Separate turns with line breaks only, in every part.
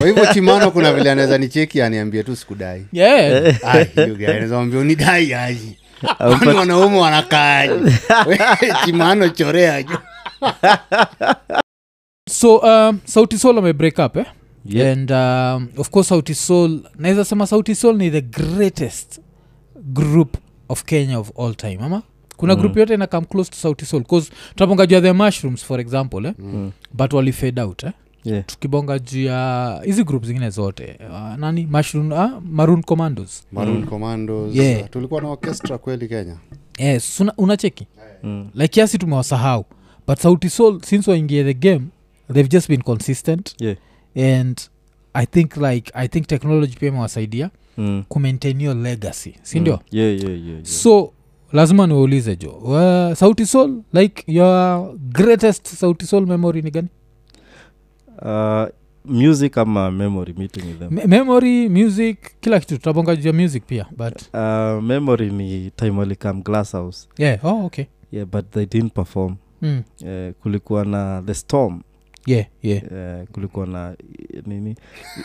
kwa hivyo chimano kuna vile anaweza nicheki aniambia tu sikudai
Eh.
yeah.
naambia unidai aji Kwani wanaume wanakaaji chimano chorea jo
so um, sauti sol ame break up eh?
Yeah.
and um, of course sauti sol naweza sema sauti sol ni the greatest group of kenya of all time ama kuna
Mm.
group yote ina come close to sauti sol bcause tunabonga juu ya the mushrooms for example eh?
Mm.
but walifade out eh?
Yeah.
tukibonga juu ya hizi group zingine zote uh, nani mushroom, uh, maroon commandos
maroon commandos
Mm. Yeah.
tulikuwa na orchestra kweli kenya
yes una- unacheki
Mm.
like kiasi tumewasahau but sauti sol since waingie the game they've just been consistent
Yeah.
and i think like i think technology pia imewasaidia
Mm.
kumaintain your legacy sindio
Mm. Yeah, yeah, yeah, yeah.
so lazima niwaulize jo uh, sauti sol like your greatest sauti sol memory ni gani
Uh, music ama memory meeting with them
Me- memory music kila kitu tutabonga juu ya music pia but
uh, memory ni time walikam glass house
yeah oh okay
yeah but they didn't perform
mm.
uh, kulikuwa na the storm
yeah yeah
uh, kulikuwa na i- nini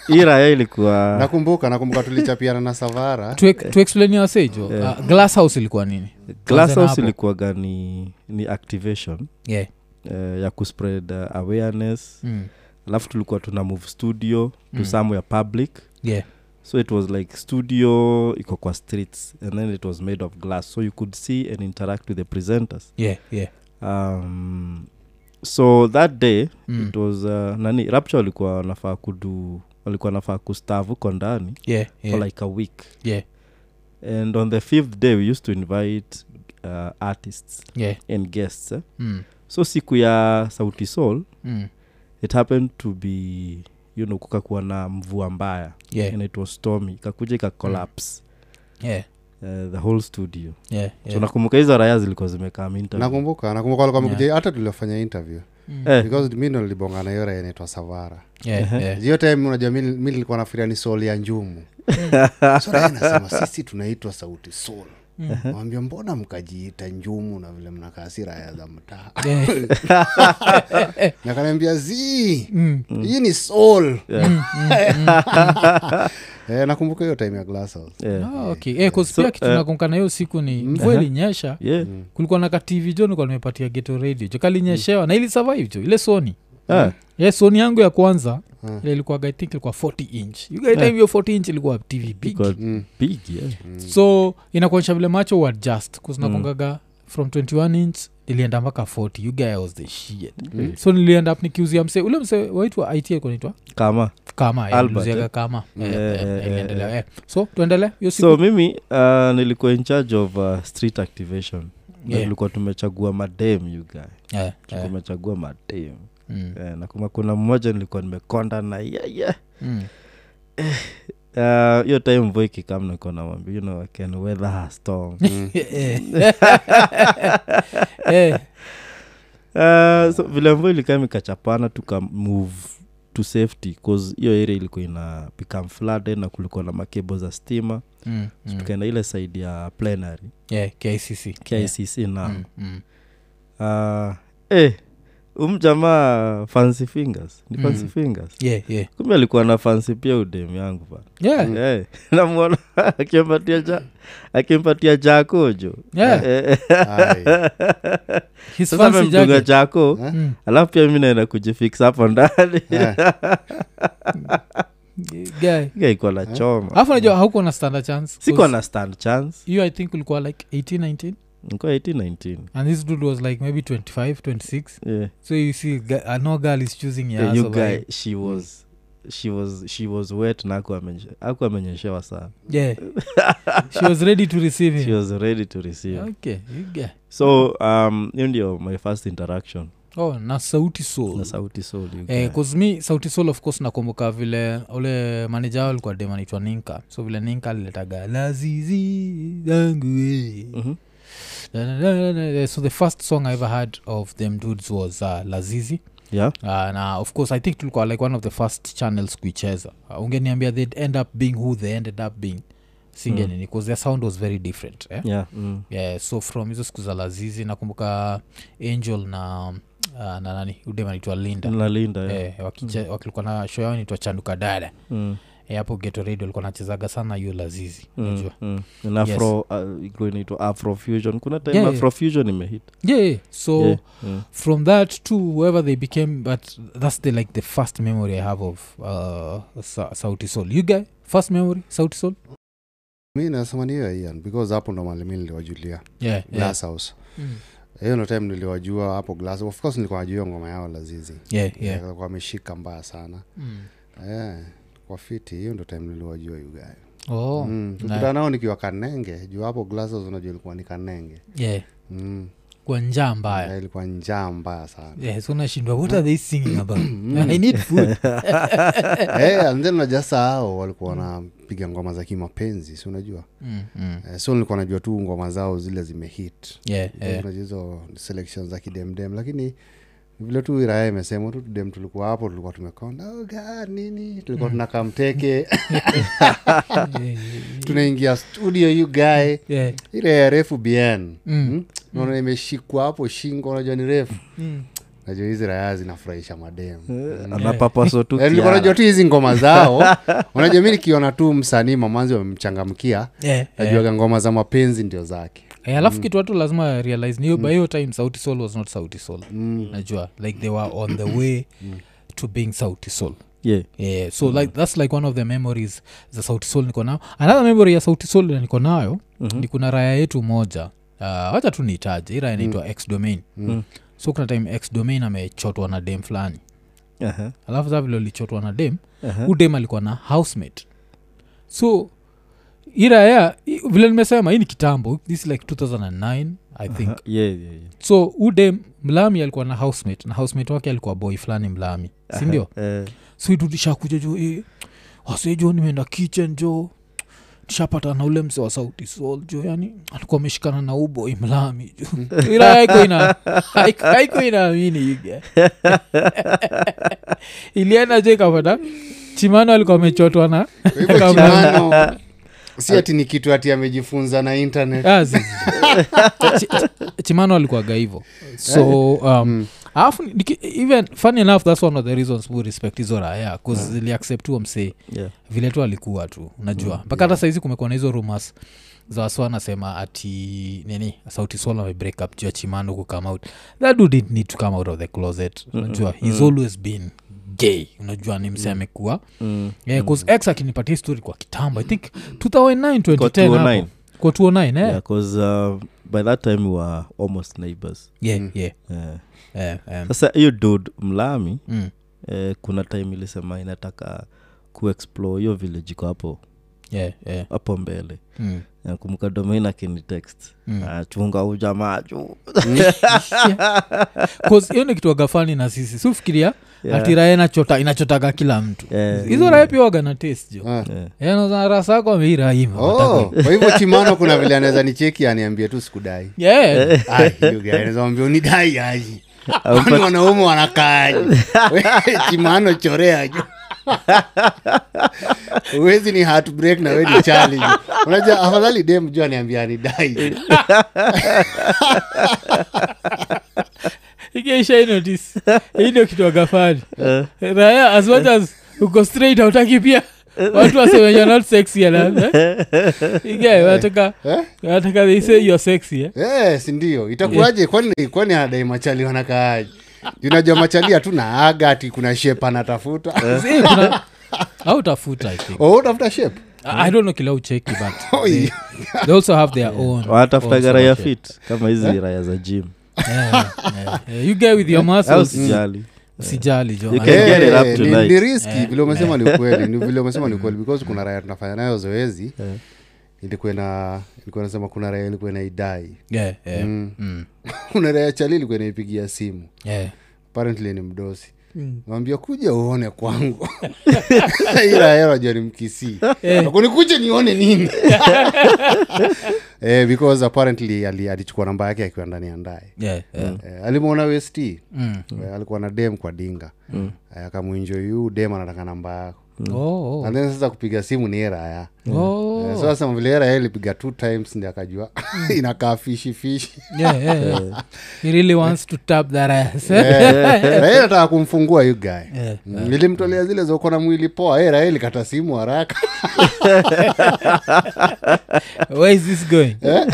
ira ya ilikuwa
nakumbuka nakumbuka tulichapiana na savara
to, ex- to explain your say jo
Yeah.
uh, glass house ilikuwa nini
glass house
hapo.
ilikuwaga ni, ni activation
yeah
uh, ya kuspread uh, awareness
mm.
alafu tulikuwa tuna move studio to
Mm.
somewhere public
yeah
so it was like studio iko kwa streets and then it was made of glass so you could see and interact with the presenters
yeah yeah
um, so that day
Mm.
it was uh, nani rapture walikuwa wanafaa kudu walikuwa wanafaa kustav huko ndani
yeah yeah
for like a week
yeah
and on the fifth day we used to invite uh, artists
yeah
and guests eh?
mm.
so siku ya sauti sol
Mm.
it happened to be you know kukakuwa na mvua mbaya
yeah Hmm.
and it was stormy ikakuja ikacollapse
yeah
uh, the whole studio
yeah
so
yeah
nakumbuka hizo raya zilikuwa zimekam interview.
nakumbuka nakumbuka walikuwa
Yeah.
wamekuja hata tuliofanya interview
Mm.
Eh,
because mi ndo nilibongana hiyo raya inaitwa savara
yeah yeah
Uh-huh.
hiyo time unajua mi mi nilikuwa nafikiria ni sol ya njumu so Raya anasema sisi tunaitwa sauti sol
Mm-hmm.
wambia mbona mkajiita njumu na vile mnakaa si raya za mtaa nakanaambia zii
Mm.
hii ni sol
Yeah.
eh, nakumbuka hiyo time ya glass house
yeah.
Ah, okay. Eh, 'cause
So,
pia kitu
eh,
nakunkana hiyo siku ni mvua ilinyesha
Yeah.
Mm.
Mm.
kulikuwa na katv jo nikuwa nimepatia geto radio jo kalinyeshewa na ili survive jo ile soni
Ah,
ye soni yangu ya kwanza
Mm.
Ah.
ile ilikuwaga i think ilikuwa 40 inch you
Eh.
guys time hiyo 40 inch ilikuwa tv big
got
Mm.
big, yeah.
so inakuonyesha vile macho uadjust
Mm.
kuzinakungaga from 21 inch ilienda mpaka 40 you guy was the shit
Eh.
Mm.
so nilienda up nikiuzia msee ule msee waitwa it alikuwa naitwa
kama
kama eh,
Albert,
niliuziaga
eh?
kama Eh,
Eh,
eh,
eh,
eh, niliendelea,
eh.
eh. so tuendelee hiyo
so
siku
mimi uh, nilikuwa in charge of uh, street activation Na
Yeah.
tulikuwa tumechagua madem you guy
Eh, eh,
tumechagua madem
mm,
yeah. na kuma kuna mmoja nilikuwa nimekonda na yeah, yeah.
mm.
Uh, hiyo time mvua ikikam nikuwa namwambia you know, I can weather a storm
mm.
Eh, eh,
Uh, so vile mvua ilikaa mikachapana tuka move to safety cause hiyo area ilikuwa ina become flooded na kulikuwa na makebo za stima
mm,
so
mm.
tukaenda ile side ya plenary
Yeah, KICC. Yeah.
kicc na
Mm, mm.
uh, eh, um jamaa fancy fingers ni fancy
Mm.
fingers
Yeah, yeah.
kumbe alikuwa na fancy pia udem yangu bana
Yeah,
Eh, namwona akimpatia ja, akimpatia jakojo
yeah.
Ai,
His
eh, sasa
fancy
amemdunga
jacket.
jako
Eh?
Mm.
alafu pia mi naenda kujifix hapo ndani
eh,
Guy.
ikaikuwa na
Eh.
choma
alafu najua haukuwa na standard chance
sikuwa
'cause
na stand chance
hiyo i think ulikuwa like 18 19
nikuwa 819
and this dude was like maybe 25 26
yeah.
so you see gu- uh, no girl is choosing your
yeah,
ass
you
over
guy
him.
she was she was she was wet na hakuwa amenye- hakuwa amenyeshewa sana
yeah she was ready to receive
she
him
was ready to receive
okay you guy
so um hiyo ndio my first interaction
oh na sauti soul
na sauti soul you guy.
Eh, 'cause mi sauti sol of course nakumbuka vile ule maneja wao alikuwa dem anaitwa ninka so vile ninka aliletaga lazizi zangu eh."
Mhm.
Da, da, da, da, da. so the first song i ever heard of them dudes was uh, lazizi
yeah
uh, na of course i think tulikuwa like one of the first channels kuicheza uh, ungeniambia they'd end up being who they ended up being singenini because their sound was very different eh?
yeah mm.
yeah, so from hizo siku za lazizi nakumbuka angel na uh, na nani udema naitwa linda
na linda eh.
eh, wakiche- wakilikuwa na show yao naitwa chanduka dada
mm.
eh, hapo geto radio alikuwa nachezaga sana hiyo lazizi
Mm,
najua
mm. Na
Yes.
afro uh, ilikuwa inaitwa afrofusion kuna time
Yeah, Oh. Eh, yeah.
afrofusion imehit
yeah, yeah. so
Yeah, mm.
from that to whoever they became but that's the like the first memory i have of uh, Sa- sauti sol you guy first memory sauti sol
mi nasema ni hiyo ya Ian because hapo ndo mahali mi niliwajulia
yeah, yeah.
glass house Eh,
Mm.
hiyo ndo time niliwajua hapo glass of course nilikuwa najua hiyo ngoma yao lazizi
yeah, yeah.
kwa ameshika mbaya sana
Mm.
yeah. Eh, kwa fiti hiyo ndo time niliwajua yugayo
Oh,
mm.
nice.
tukutana nao nikiwa kanenge juu hapo glass house unajua ilikuwa ni kanenge
yeah.
mm.
kwa njaa mbaya
Yeah, ilikuwa njaa mbaya sana
yes unashindwa what are they singing about i need food
Eh, and then unajua sahao walikuwa wanapiga ngoma za kimapenzi si unajua
mm, mm.
Eh, so nilikuwa najua tu ngoma zao zile zimehit
yeah, yeah.
unajua hizo selection za kidemdem lakini vile tu iraya imesema tu dem tulikuwa hapo tulikuwa tumekonda "Oh God, nini tulikuwa
Mm.
tunakaa mteke tunaingia studio you guy
yeah.
ile ya refu bn
Mm.
Mm? naona imeshikwa hapo shingo unajua ni refu
Mm.
najua hizi raya zinafurahisha mademu
Eh, Mm. anapapaso tu
Eh, nilikuwa
kiara.
najua tu hizi ngoma zao unajua mi nikiona tu msanii mamanzi wamemchangamkia
Yeah, yeah.
najuaga ngoma za mapenzi ndio zake
Eh, alafu kitu watu lazima realize niyo by hiyo time sauti sol was not sauti
Mm.
sol
Hmm.
najua like they were on the way to being sauti sol
Yeah.
yeah, so like, that's like one of the memories za sauti sol niko nayo another memory ya sauti sol na niko nayo
Mm.
mm-hmm. ni kuna raya yetu moja uh, wacha tu niitaje hii raya inaitwa x domain mm. so kuna time x domain amechotwa na dem fulani
Aha,
alafu saa vile ulichotwa na dem
aha.
huu dem alikuwa na housemate so hii raya i- vile nimesema hii ni kitambo this is like 2009 i think
Aha, yeah, yeah, yeah.
so huu dem mlami alikuwa na housemate na housemate wake alikuwa boy fulani mlami sindio
Eh,
situtishakuja jo eh, wasee jo nimeenda kitchen jo tishapata na ule mse wa sauti sol jo yani alikuwa ameshikana na uboi mlami jo ila haiko ina haiko- haiko inaamini iga ilienda jo ikapata chimano alikuwa amechotwa na
Kwa hivyo
Kama-
chimano si ati ni kitu ati amejifunza na internet
Ah, zi- zi- zi. Chi- chi- chimano alikuwaga hivo
Eh?
so
Eh, mm.
um, alafu niki- even funny enough thats one of the reasons we respect hizo raya bcause
Mm.
ziliacceptua msee
yeah.
vile tu alikuwa tu unajua
Mm,
mpaka hata saizi kumekuwa na hizo rumas za wasa anasema ati nini sauti sol amebreak up juu ya chimano ku come out that dude didn't need to come out of the closet
Mm,
unajua he's always been gay unajua ni msee amekuwa
Mm.
yeah, cause x akinipatia story kwa kitambo i think 2009 2010
209.
hapo. kwa 209 eh?
Yeah, 'cause, uh, by that time we were almost neighbors
yeah, yeah.
Eh.
Eh, em,
sasa hiyo dude mlami
mm.
eh, kuna time ilisema inataka kuexplore hiyo village iko hapo
yeah, yeah.
hapo mbele
Mm.
nakumbuka domain "Ah, akinitext
Mm.
achunga ujamaa juu
Cause hiyo ni kitu wagafani na sisi sifikiria
Yeah.
ati raya inachota inachotaga kila mtu
Eh,
hizo raya pia waga na taste jo
Ah.
eh.
yanazana rasa yako ameirahima
Oh, kwa hivyo chimano kuna vile anaweza nicheki aniambie tu sikudai naambia unidai aji Kwani wanaume wanakaaji chimano choreaji uwezi ni heartbreak na we ni challenge unajua afadhali dem juu aniambia anidai
igeishainotis hii ndio kitu wagafani raya as much as uko straight hautaki pia watu waseme you're not sexy and, eh? Ige, wanataka wanataka they say you're sexy eh?
yes ndio itakuaje kwani kwani anadai machali wanakaaji unajua machali hatuna aga ati kuna shep anatafuta
See, kuna- au tafuta i think
oh, tafuta shep
I I don't know kila ucheki but
Oh,
they, they also have their own
wanatafutaga
own
raya
sort of-
fit kama hizi
Eh?
raya za gym
Yeah, yeah, yeah. you get with your
au
muscles
sijali
usijali jo
You can
Eh,
get it up
Eh, ni-
tonight.
ni riski vile umesema ni ukweli ni vile umesema ni ukweli because kuna raya tunafanya nayo zoezi
Eh.
ilikuwa na ilikuwa nasema kuna raya ilikuwa inaidai
yeah, yeah, mm,
kuna raya chali ilikuwa inaipigia simu
yeah.
apparently ni mdosi
Hmm.
naambia kuja uone kwangu Hii raya najua ni mkisii
Eh.
kunikuja nione nini eh, because apparently ali- alichukua namba yake akiwa ndani ya ndaye
Yeah, yeah.
eh, alimwona west
Mm.
Hmm.
eh, alikuwa na dem kwa dinga mm. eh, akamwinjo yu dem anataka namba yako
Oh, oh.
and then sasa kupiga simu ni hii raya
Oh, Oh. Mm.
Eh, sasa vile era yeye alipiga two times ndi akajua inakaa fishi fishi
Yeah, yeah, yeah. he really wants to tap that ass
Eh, Raila nataka kumfungua yu guy
Yeah.
Mm, nilimtolea zile zoko na mwili poa hey, raeli kata simu haraka
where is this going
Eh,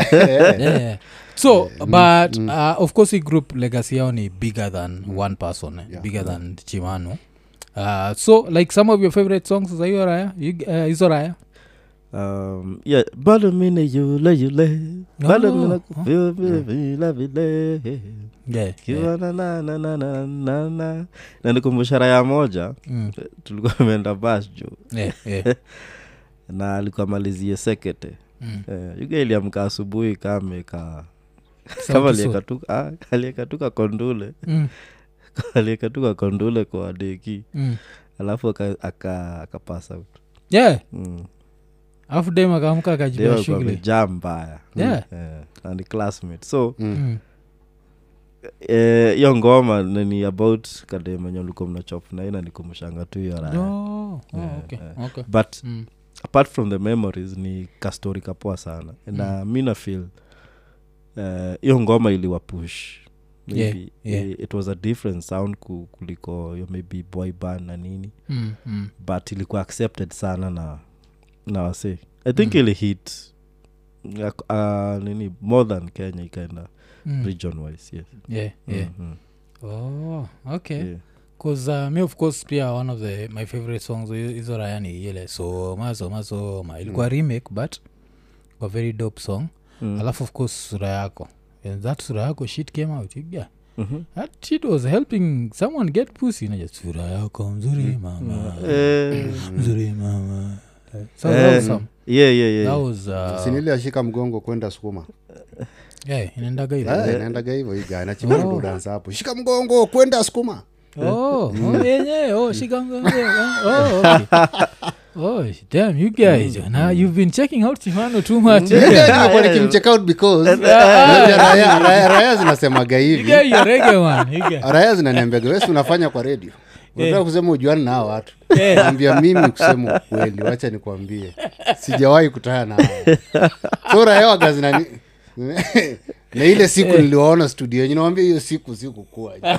yeah, yeah. so but uh, of course hii group legacy yao ni bigger than one person eh?
Yeah.
bigger than chimano uh, so like some of your favorite songs za hiyo raya You- eh, hizo raya
um, yeah, bado mine yule yule bado
Oh,
mina
oh.
kufeel vile vile vile
yeah, yeah.
kiwa na na na na na na na na nikumbusha raya moja
Mm,
tulikuwa ameenda bas juu
yeah, yeah.
na alikuwa malizie sekete
Mm.
eh, yuga iliamka asubuhi kaameka
Sauti
kama
Sol.
aliekatuka ah, aliekatuka kondule
Mm,
aliekatuka kondule kwa deki
mm.
alafu akapasa aka, akapasa out.
yeah
mm.
alafu dem akaamka
Deo
akajibia
alikuwa
shughuli
amejaa mbaya
Yeah.
Mm, eh, na ni classmate so
mm,
Mm.
eh, hiyo ngoma na ni about kademenye ulikuwa mnachop na ina nikumshanga tu hiyo raya
No. Oh,
Yeah,
okay,
yeah.
okay.
but
Mm.
apart from the memories ni kastori kapoa sana na
Mm.
mi na feel eh, hiyo ngoma iliwapush Maybe
Yeah, yeah.
i- it was a different sound ku- kuliko yo maybe boy band na nini
Mm, mm.
but ilikuwa accepted sana na na wase i think
Mm.
ili hit Ak- ah, nini more than kenya ikaenda
Mm.
region wise yes
Yeah, yeah.
Mhm,
Oh, okay
yeah.
bcause uh, me of course pia one of the my favorite songs i- hizo raya ni ile soma soma soma ilikuwa remake but kwa very dope song
Mm.
alafu of course sura yako and that sura yako shit came out yeah.
Mhm.
that shit was helping someone get pussy you know, just, sura yako mzuri
Mm.
mama
Eh,
mzuri mama so that
eh,
was some
yeah, yeah, yeah.
that was uh,
siniliashika mgongo kwenda sukuma
yeah inaendaga hivi
Ah,
Eh, inaendaga hivyo iga nachimdudansa
Oh.
dansa hapo shika mgongo kwenda sukuma
Oh, oh, yenyewe, oh, shigangambe, eh, oh, okay. Oh, damn, you guys, now you've been checking out Shimano too much. eh?
Nimekuwa nikimcheck out because unajua raya- raya- raya zinasemaga
You
hivi
guys, you're reggae, man. You guys.
raya zinaniambiaga wesi unafanya kwa redio unataka kusema ujuani na hawa watu
Eh.
ambia mimi kusema ukweli wacha nikwambie sijawahi kutana na hawa. so raya waga zinani na ile siku niliwaona studio yenye nawambia hiyo siku sikukuwa Eh,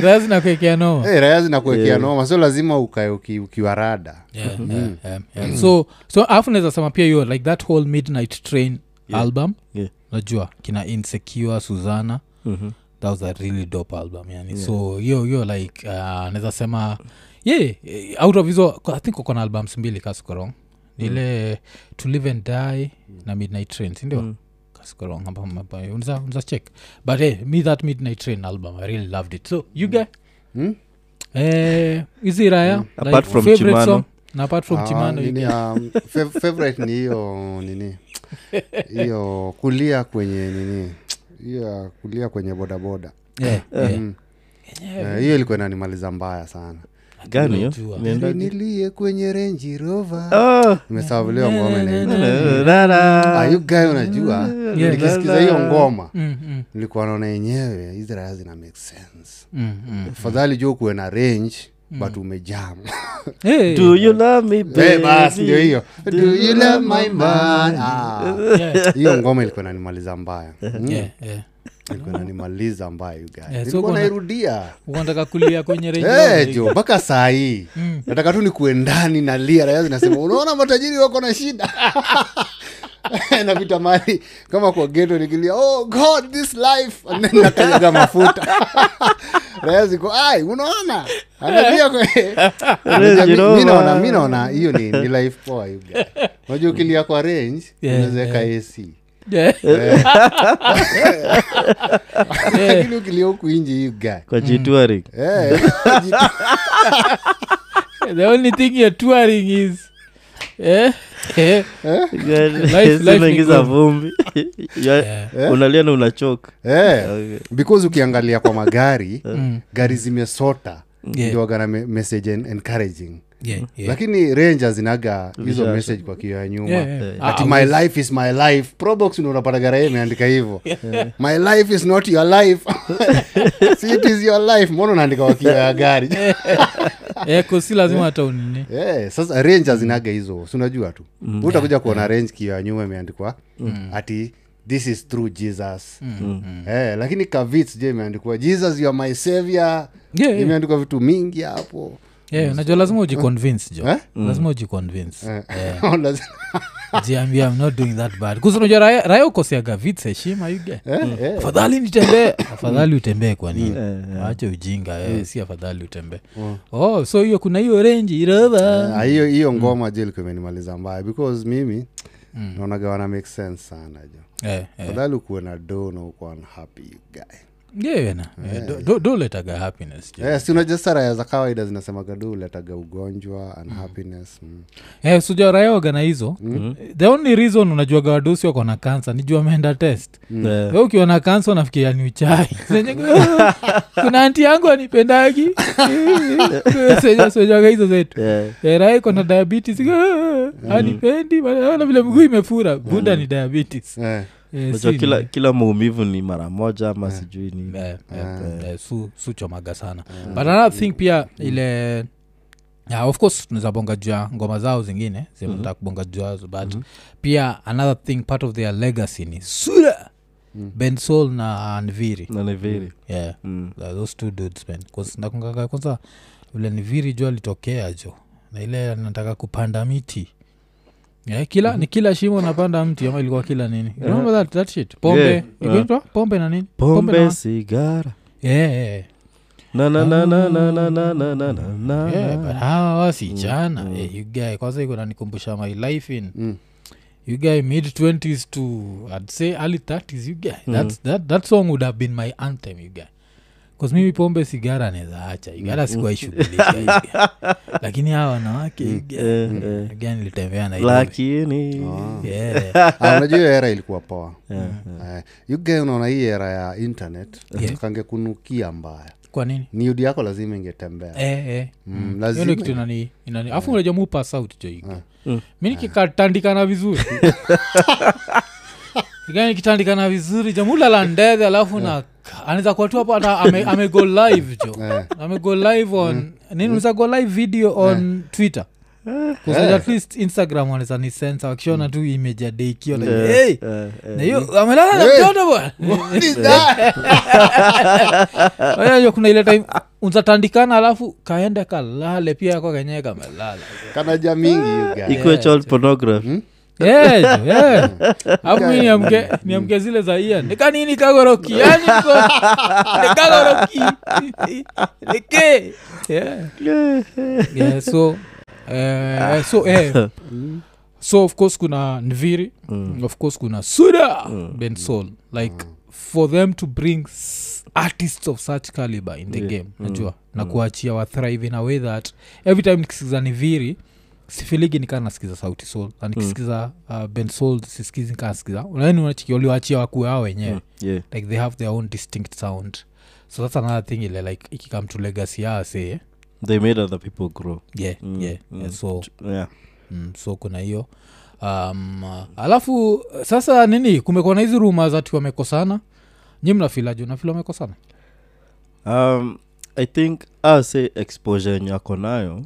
That's na kwekea noma.
hey, raya zinakuekea noma so lazima ukae uki, ukiwarada
Yeah, yeah, yeah, yeah. so so afu naweza sema pia hiyo like that whole midnight train album
Yeah.
najua kina insecure suzana
Mhm.
that was a really dope album yani so hiyo hiyo like uh, naweza sema ye yeah, eh, out of hizo i think uko na albums mbili kasikorong
Mm.
ile to live and die na midnight train sindio mm check but hey, me that midnight train album i really loved it so you guy
Mm.
eh, hizi raya
Mm. Apart from
favorite
Chimano.
song na apart from
Ah,
chimano you
nini, um, fav- favorite ni hiyo nini hiyo kulia kwenye nini hiyo ya kulia kwenye bodaboda
Yeah, yeah.
Mm. Eh, hiyo ilikuwa inanimaliza mbaya sana
gani eh? hiyo?
Tunajua.
Nienda-
nilie kwenye renji rova
Oh!
imesawuliwa ngoma na
Na- na-
ayugae unajua nikisikiza hiyo ngoma
Mm, mm,
nilikuwa naona yenyewe hizi raya zina make sense
mm, mm.
fadhali juu kuwe na range but umejam
Hey,
Do you love me,
Eh, basi
baby?
ndio hiyo
Do
Do you love my man? Ah. hiyo ngoma ilikuwa nanimaliza mbaya Mm,
yeah, yeah.
ilikuwa nanimaliza mbaya you guys.
Eh, so
Nilikuwa
kuna-
nairudia
unataka kulia kwenye radio.
Eh, jo mpaka saa hii
Mm.
nataka tu nikuwe ndani na lia raya zinasema unaona matajiri wako na shida napita mali kama kwa geto nikilia oh god this life And then nakanyaga mafuta raya ziko ai unaona analia kwe- Unajua, mi- mi naona- mi naona hiyo ni, ni life poa you guys. unajua ukilia kwa range
Yeah,
unazeeka ac
Yeah.
lakini ukilia huku inji hii guy
Mm.
kwa jituaring
Eh,
the only thing you're touring is eh, eh, life ni
sinaingiza
ngumu.
vumbi Ya- unalia na unachoka
eh,
Okay.
because ukiangalia kwa magari
Mm.
gari zimesota
Yeah.
ndio wagana me- message en- encouraging
Yeah, yeah.
lakini ranger zinaga hizo
Vishasha.
message kwa kio ya nyuma
Yeah, yeah. Ah,
ati my life is my life probox ndio unapata gara yeye imeandika hivyo my life is not your life See, it is your life mbona unaandika wakio ya gari
Eh, 'cause si lazima hata unini
yeah, Eh, sasa range azinaga hizo sinajua tu mm. utakuja kuona range kio ya nyuma imeandikwa mm. ati this is through jesus mm. eh, lakini kavits je imeandikwa jesus you are my savior
Yeah, yeah.
imeandikwa vitu mingi hapo
yeah, unajua lazima ujiconvince jo
Eh?
lazima ujiconvince
Eh, lazima-
jiambia i'm not doing that bad kusa unajua raya, raya ukosiaga vits heshima yuge
eh, eh.
afadhali nitembee afadhali utembee kwa nini wache ujinga
Mm.
eh, si afadhali utembee oh so hiyo kuna hiyo renji irova
Ah, hiyo hiyo ngoma je ilikuwa imenimaliza mbaya because mimi naonaga wana make sense sana jo
Eh, eh.
fadhali ukuwe na do na ukuwa unhappy you guy
Yeah, wena. Eh, do- do- doletaga happiness jo.
Eh, si unajua sasa raya za kawaida zinasemaga do uletaga ugonjwa unhappiness mm.
Eh, suja raya organizo
Mm.
the only reason unajuaga wadosi wako na kansa ni juu ameenda test
Mm.
Eh,
we ukiwa na kansa unafikiria ni uchai Senye- kuna anti yangu anipendagi sejaga hizo zetu
eh,
era iko na diabetes Ah, anipendi ana vile mguu imefura buda ni diabetes
eh.
Eh,
unajua
si
kila
ni-
kila maumivu ni mara moja ama sijui ni
eh, eh, eh, su- suchomaga sana
Eh.
but another
Mm.
thing pia ile yeah, of course tunaweza bonga juu ya ngoma zao zingine
Mm-hmm.
zinataka kubonga juu yazo but pia another thing part of their legacy ni sura
Mm.
bensol na anviri
na Mm. neviri
yeah Uh, those two dudes man 'Cause nakumbukaga kwanza ule ni viri jo alitokea jo na ile anataka kupanda miti yeah, kila
Mm-hmm.
ni kila shimo unapanda mti ama ilikuwa kila nini You remember that, that shit pombe
Eh. Yeah.
Ilikuwa inaitwa pombe na nini
pombe
na-
sigara
Yeah, yeah.
na na na na na na na na na na na
Yeah,
na.
but hawa wasichana eh, you guy kwanza iko nanikumbusha my life in
Mm.
you guy mid 20s to i'd say early 30s you guy That's, that, that song would have been my anthem you guy bcause mimi pombe sigara nezaacha igara sikuwaishughulisha you guy. lakini hawa wanawake you guy.
Eh,
Mm.
eh.
You guy nilitembea na
lakini
Ah.
yeah.
Ah, unajua hiyo era ilikuwa poa Eh, you guy unaona hii era ya internet kangekunukia mbaya
kwa nini
niudi yako lazima ingetembea
eh, eh.
Mm,
Hiyo ndio
lazima
kitu inani- inani-
Eh.
afu unaja mu pass out jo mi nikikatandikana vizuri Ikani nikitandikana vizuri jo mulala ndege
Eh.
alafu na anaweza kuwa tu hapo hata ame- amego live jo
Eh.
amego live
Mm.
on nini unaweza go live video on twitter
Eh.
'Cause at least instagram wanaweza ni sensa wakishona tu image ya deikio like, hey,
Mm. Eh, eh.
na hiyo amelala na
Hey.
mtoto bwana
What is that?
Unajua kuna ile time unzatandikana alafu kaenda kalale pia yako kenyewe kamelala
kanaja mingi you guy.
ikuwe child
Mm.
pornography
Yeah, jo, yeah. Alafu mi niamke niamke zile za ian nikanini kagoroki Yaani yani nikagoroki nike yeah. yeah, so eh, so eh,
Mm.
so of course kuna nviri of course kuna suda bensol like for them to bring s- artists of such caliber in the game najua na kuachia wa thrive in a way that every time nikisikiza niviri sifiligi nikaa nasikiza sauti sol na nikisikiza uh, bensol sisikizi nikaa nasikiza unani unachiki waliwachia wakuu hao wenyewe
Yeah.
like they have their own distinct sound so that's another thing ile like ikikam to legacy yao see eh?
they made other people grow
yeah, yeah, yeah, so
yeah.
mm, so kuna hiyo um, uh, alafu uh, sasa nini kumekuwa na hizi ruma zati wamekosana nyi mnafilaju nafila wamekosana
um, i think ah, say exposure yenye ako nayo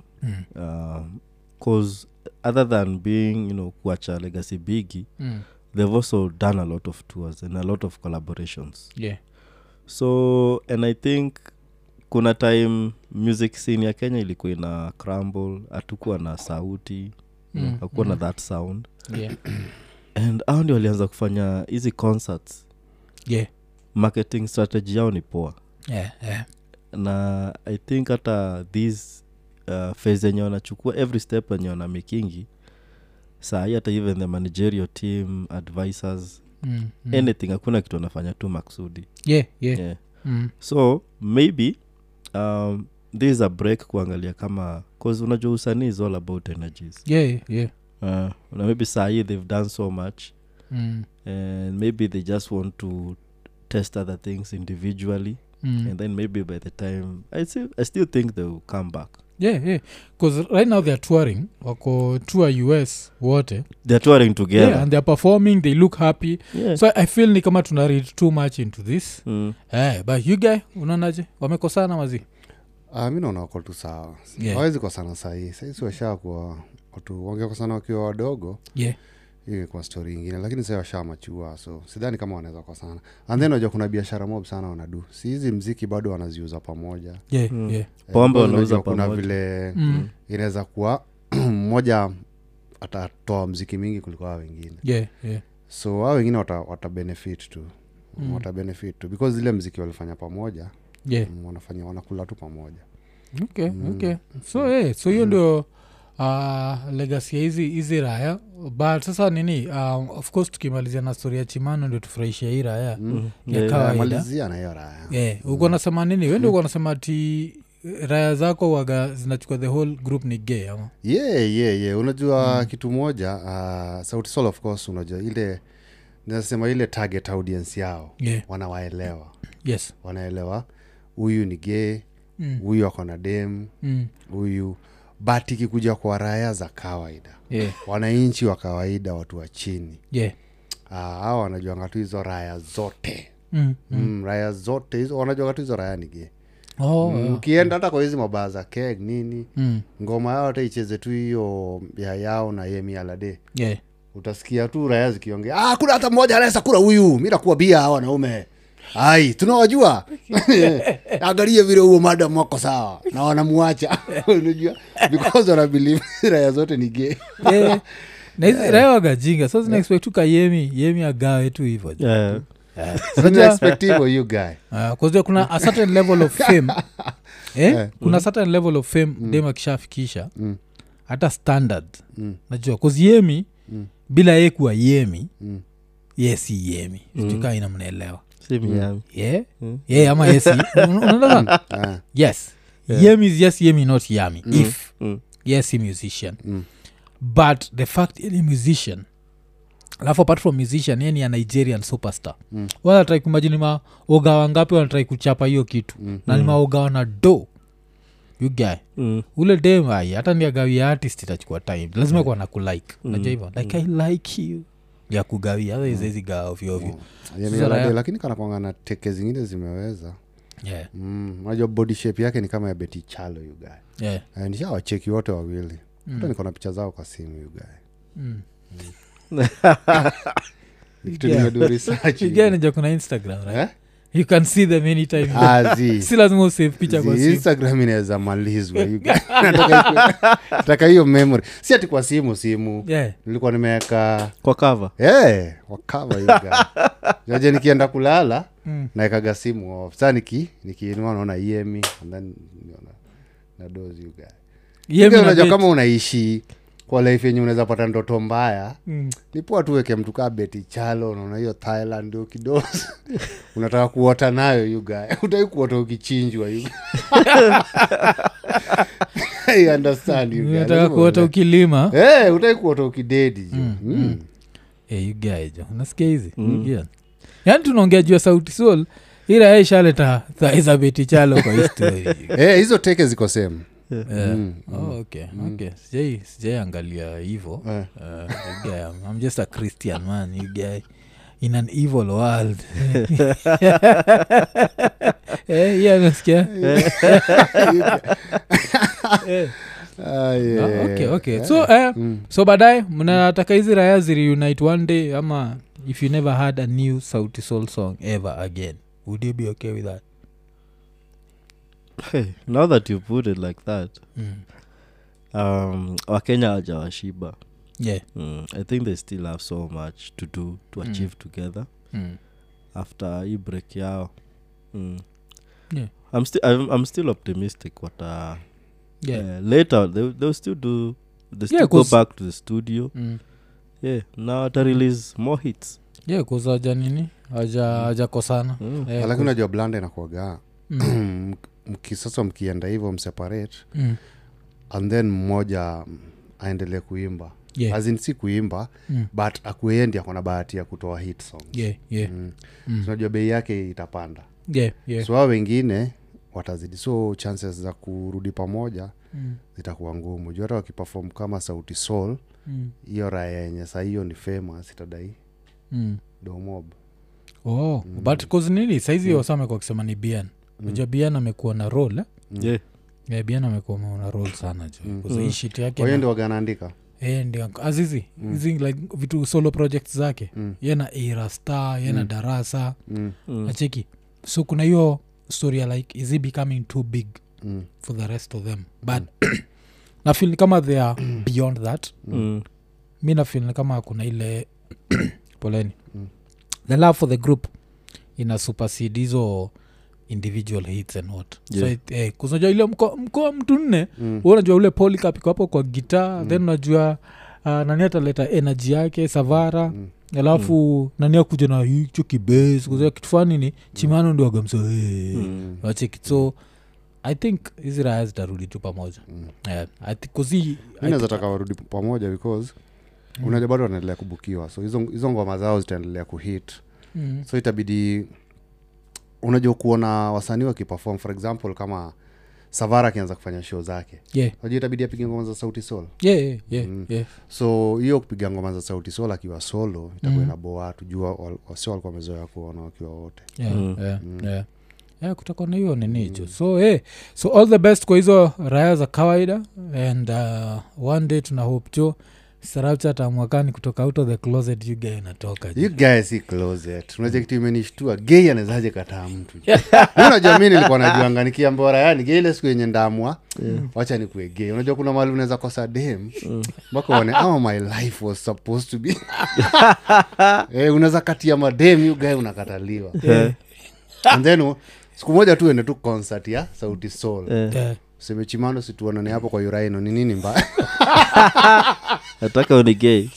um, cause other than being you know kuacha legacy bigi
mm.
they've also done a lot of tours and a lot of collaborations
yeah.
so and i think kuna time music scene ya kenya ilikuwa ina crumble hatukuwa na sauti
Mm,
hakuwa na that sound
yeah.
and au ndio walianza kufanya hizi concerts
yeah.
marketing strategy yao ni poa
yeah. yeah.
na i think hata this uh, phase yenye wanachukua every step yenye wanamikingi sahii hata even the managerial team advisors
Mm, mm.
anything hakuna kitu wanafanya tu maksudi
yeah, yeah.
yeah.
Mm.
so maybe um, this is a break kuangalia kama cause unajua usanii is all about energies
yeah, yeah, yeah.
uh, na maybe sahii they've done so much
Mm,
and maybe they just want to test other things individually
mm.
and then maybe by the time i still, I still think they'll come back
yeah, yeah. 'Cause right now theyare touring wako tour us wote
they're touring together
and theyare performing they look happy
Yeah.
so i feel ni kama tuna read too much into this
Mm.
eh, but you guy unaonaje wamekosana mazi
Ah, mi naona wako tu sawa
Yeah.
awezi kwa sana sahii saisi washaa kuwa watu wangekwa sana wakiwa wadogo
yeah.
kwa stori ingine lakini sasa washamachua so sidhani kama wanaweza kwa sana and then najua kuna biashara mob sana wanadu si hizi mziki bado wanaziuza pamoja
Yeah, yeah.
Eh, because
Pombe wanauza
unajua kuna
pamoja.
vile
Mm.
inaweza kuwa mmoja atatoa mziki mingi kuliko hao wengine
Yeah, yeah.
so hao wengine wata, wata benefit tu mm. wata benefit tu because zile mziki walifanya pamoja
Yeah.
mm, wanafanya wanakula tu pamoja
okay, okay. so eh, so hiyo ndio uh, legasi ya hizi hizi raya but sasa nini um, of course tukimalizia na stori ya chimano ndio tufurahishia hii raya
Mm.
ya
Yeah,
kawaida
malizia na hiyo raya
yeah. uko nasema nini wende uko nasema ti raya zako waga zinachukua the whole group ni gay ama
yeah, yeah, yeah. unajua kitu moja uh, sauti sol of course unajua ile nasema ile target audience yao
yeah.
wanawaelewa
yes
wanaelewa huyu ni gay huyu mm. akona dem
mm.
huyu but ikikuja kwa raya za kawaida
yeah.
wananchi wa kawaida watu wa chini
yeah.
Ah, hawa wanajuanga tu hizo raya zote
mm.
mm, raya zote hizo wanajuanga tu hizo raya ni gay
oh,
Mm, ukienda hata kwa hizi mabaa za keg nini
mm.
ngoma yao hata icheze tu hiyo ya yao na yemi alade
yeah.
utasikia tu raya zikiongea ah, kuna hata mmoja anaweza kula huyu mi nakuabia hawa wanaume ai tunawajua angalie vile huo madam wako sawa na wanamwacha unajua because wanabilive raya zote ni gay
yeah. Eh. na hizi raya wagajinga sasa zinaexpect tu kayemi yemi agawe tu hivo
Yeah.
Sina expect hivyo, you guy
kazia Ah, kuna a certain level of fame eh? kuna certain level of fame mm. dem akishafikisha
Mm.
hata standard
Mm.
najua kause yemi bila ye kuwa yemi ye si yemi sijukaa ina mnaelewa
si
Mm.
miami
ye ye ama yesi unaelewa
Ah,
yes yemi is yes yemi not yami if
Mm.
yes a musician
Mm.
but the fact any musician alafu apart from musician yani a nigerian superstar mm. wanatrai kumajini maogawa ngapi wanatrai kuchapa hiyo kitu mm. na ni maogawa na do ugae
Mm.
ule dem ai hata niagawia artist itachukua time lazima
Mm.
kuwa na kulike unajua hivyo like i like you ya kugawia
Mm.
hata izezi gawa ovyoovyo
yeye
Sasa
Raya-
Raya-
Yaani lakini kana kwanga na teke zingine zimeweza
yeah.
Mm, unajua body shape yake ni kama ya beti chalo yugae
yeah.
nishawacheki wote wawili hata niko na picha zao kwa simu yugae
mm.
nikitu
Yeah.
nimedu research you
Again,
guy.
nja kuna instagram right?
Eh?
you can see them anytime
Ah, zi-
si lazima usave picha
zi-
kwa simu
instagram inaweza malizwa you guy. Nataka hiyo- nataka hiyo memory si ati kwa simu simu
yeah.
nilikuwa nimeweka
kwa kava
Eh, wakava hiyo guy. jaje nikienda kulala
Mm.
naekaga simu off saa niki nikiinua naona iemi and then niona na dozi you guy.
Yemi
Pia
E na
unajua
Bet.
kama unaishi kwa life yenye unaweza pata ndoto mbaya
Mm.
ni poa tu weke mtu kaa beti chalo unaona hiyo thailand hiyo kidosi unataka kuota nayo yuga utai kuota ukichinjwa yuga I understand you guy.
nataka
Lazima
kuota
uelewe.
ukilima
Eh, utai kuota ukidedi ju. Mm.
Eh, you guys, jo. unasikia hizi Again. yaani tunaongea juu ya sauti sol ila yeye ishaleta thaizabeti chalo kwa histori
Eh, hizo teke ziko sehemu Mm,
oh, sijaiangalia hivo
Eh.
Uh, you guy, I'm- I'm just a christian man you guy in an evil world Eh, yeah, nasikia Eh.
Ah, yeah,
Ah, okay,
yeah.
okay. so eh,
Mm.
so baadaye mnataka hizi raya zireunite one day ama if you never had a new sauti soul song ever again would you be okay with that
hey, now that you put it like that
Mm.
um, wakenya hawajawashiba
yeah
mm. i think they still have so much to do to
Mm.
achieve together
mm.
after hii break yao mm.
Yeah.
I'm, sti- I'm, i'm still optimistic wata
yeah,
uh, later they, they'll still do they still
Yeah,
go
'cause-
back to the studio
Mm.
yeah now to release more hits
yeah kuza aja nini aja aja kosana
mm.
Eh,
lakini unajua blanda inakuagaa
mm.
mki sasa mkienda hivyo mseparate
Mm.
and then mmoja mm, aendelee kuimba
Yeah.
As in si kuimba
Mm.
but akuendi akona bahati ya kutoa hit song
yeah yeah
mm. unajua bei yake itapanda
yeah yeah
so hao wengine watazidi so chances za kurudi pamoja
Mm.
zitakuwa ngumu juu hata wakipefom kama sauti sol
Mm.
hiyo raya yenye saa hiyo ni famous itadai
Mm.
domob
oh Mm. but 'cause nini saizi wasame kwa kusema ni bian mm. uja bian amekuwa na role eh?
yeah
Yeah, Bien amekuwa ameona rol sana jo mm. hii shit yake
kwa hiyo
na-
ndio waganaandika
Eh, ndio azizi hizi like vitu solo project zake mm. yena irasta yena mm. darasa mm. acheki so kuna hiyo story ya like is it becoming too big mm. for the rest of them but nafil ni kama they are beyond that
Mm.
mi nafil ni kama kuna ile poleni the love for the group ina supersede hizo individual hits and what so
Yeah.
it, eh, kuzinajua ile mko- mkoa mtu nne mm. unajua ule polycap iko hapo kwa gitaa mm. then unajua uh, nani ataleta energy yake savara mm alafu mm. nani akuja na hicho kibes kuzaa kitu fani ni chimano ndio agamso mm. wacheki so i think hizi raya zitarudi tu pamoja mm. yeah, I think- 'cause hii- I
inaweza taka warudi pamoja because mm. unajua bado wanaendelea kubukiwa so hizo hizo ngoma zao zitaendelea kuhit
Mm.
so itabidi unajua kuona wasanii wakiperform for example kama savara akianza kufanya show zake
yeah.
unajua itabidi apige ngoma za sauti sol
yeah, yeah, yeah, yeah.
so hiyo kupiga ngoma za sauti sol akiwa solo itakuwa mm. inaboa tujua wal- wasio walikuwa wamezoea kuona wakiwa wote
Yeah, yeah, yeah. Yeah, kutakuwa na hiyo ninicho so eh, so all the best kwa hizo raya za kawaida and uh, one day tuna hope jo sarapcha hata mwakani kutoka out of the closet yuga inatoka
you guys i closet unajua kitu imenishtua gei anawezaje kataa mtu Mi unajua mi nilikuwa najuanganikia mbora yani gei ile siku yenye ndamwa wacha nikuwe gei unajua kuna mahali unaweza kosa dem mpaka uone oh, my life was supposed to be eh, unaweza katia madem you guy unakataliwa and then u- siku moja tu ende tu concert ya sauti sol
Ờ,
yeah.
semechimano situonane hapo kwa uraino ni nini mbaya
nataka unigei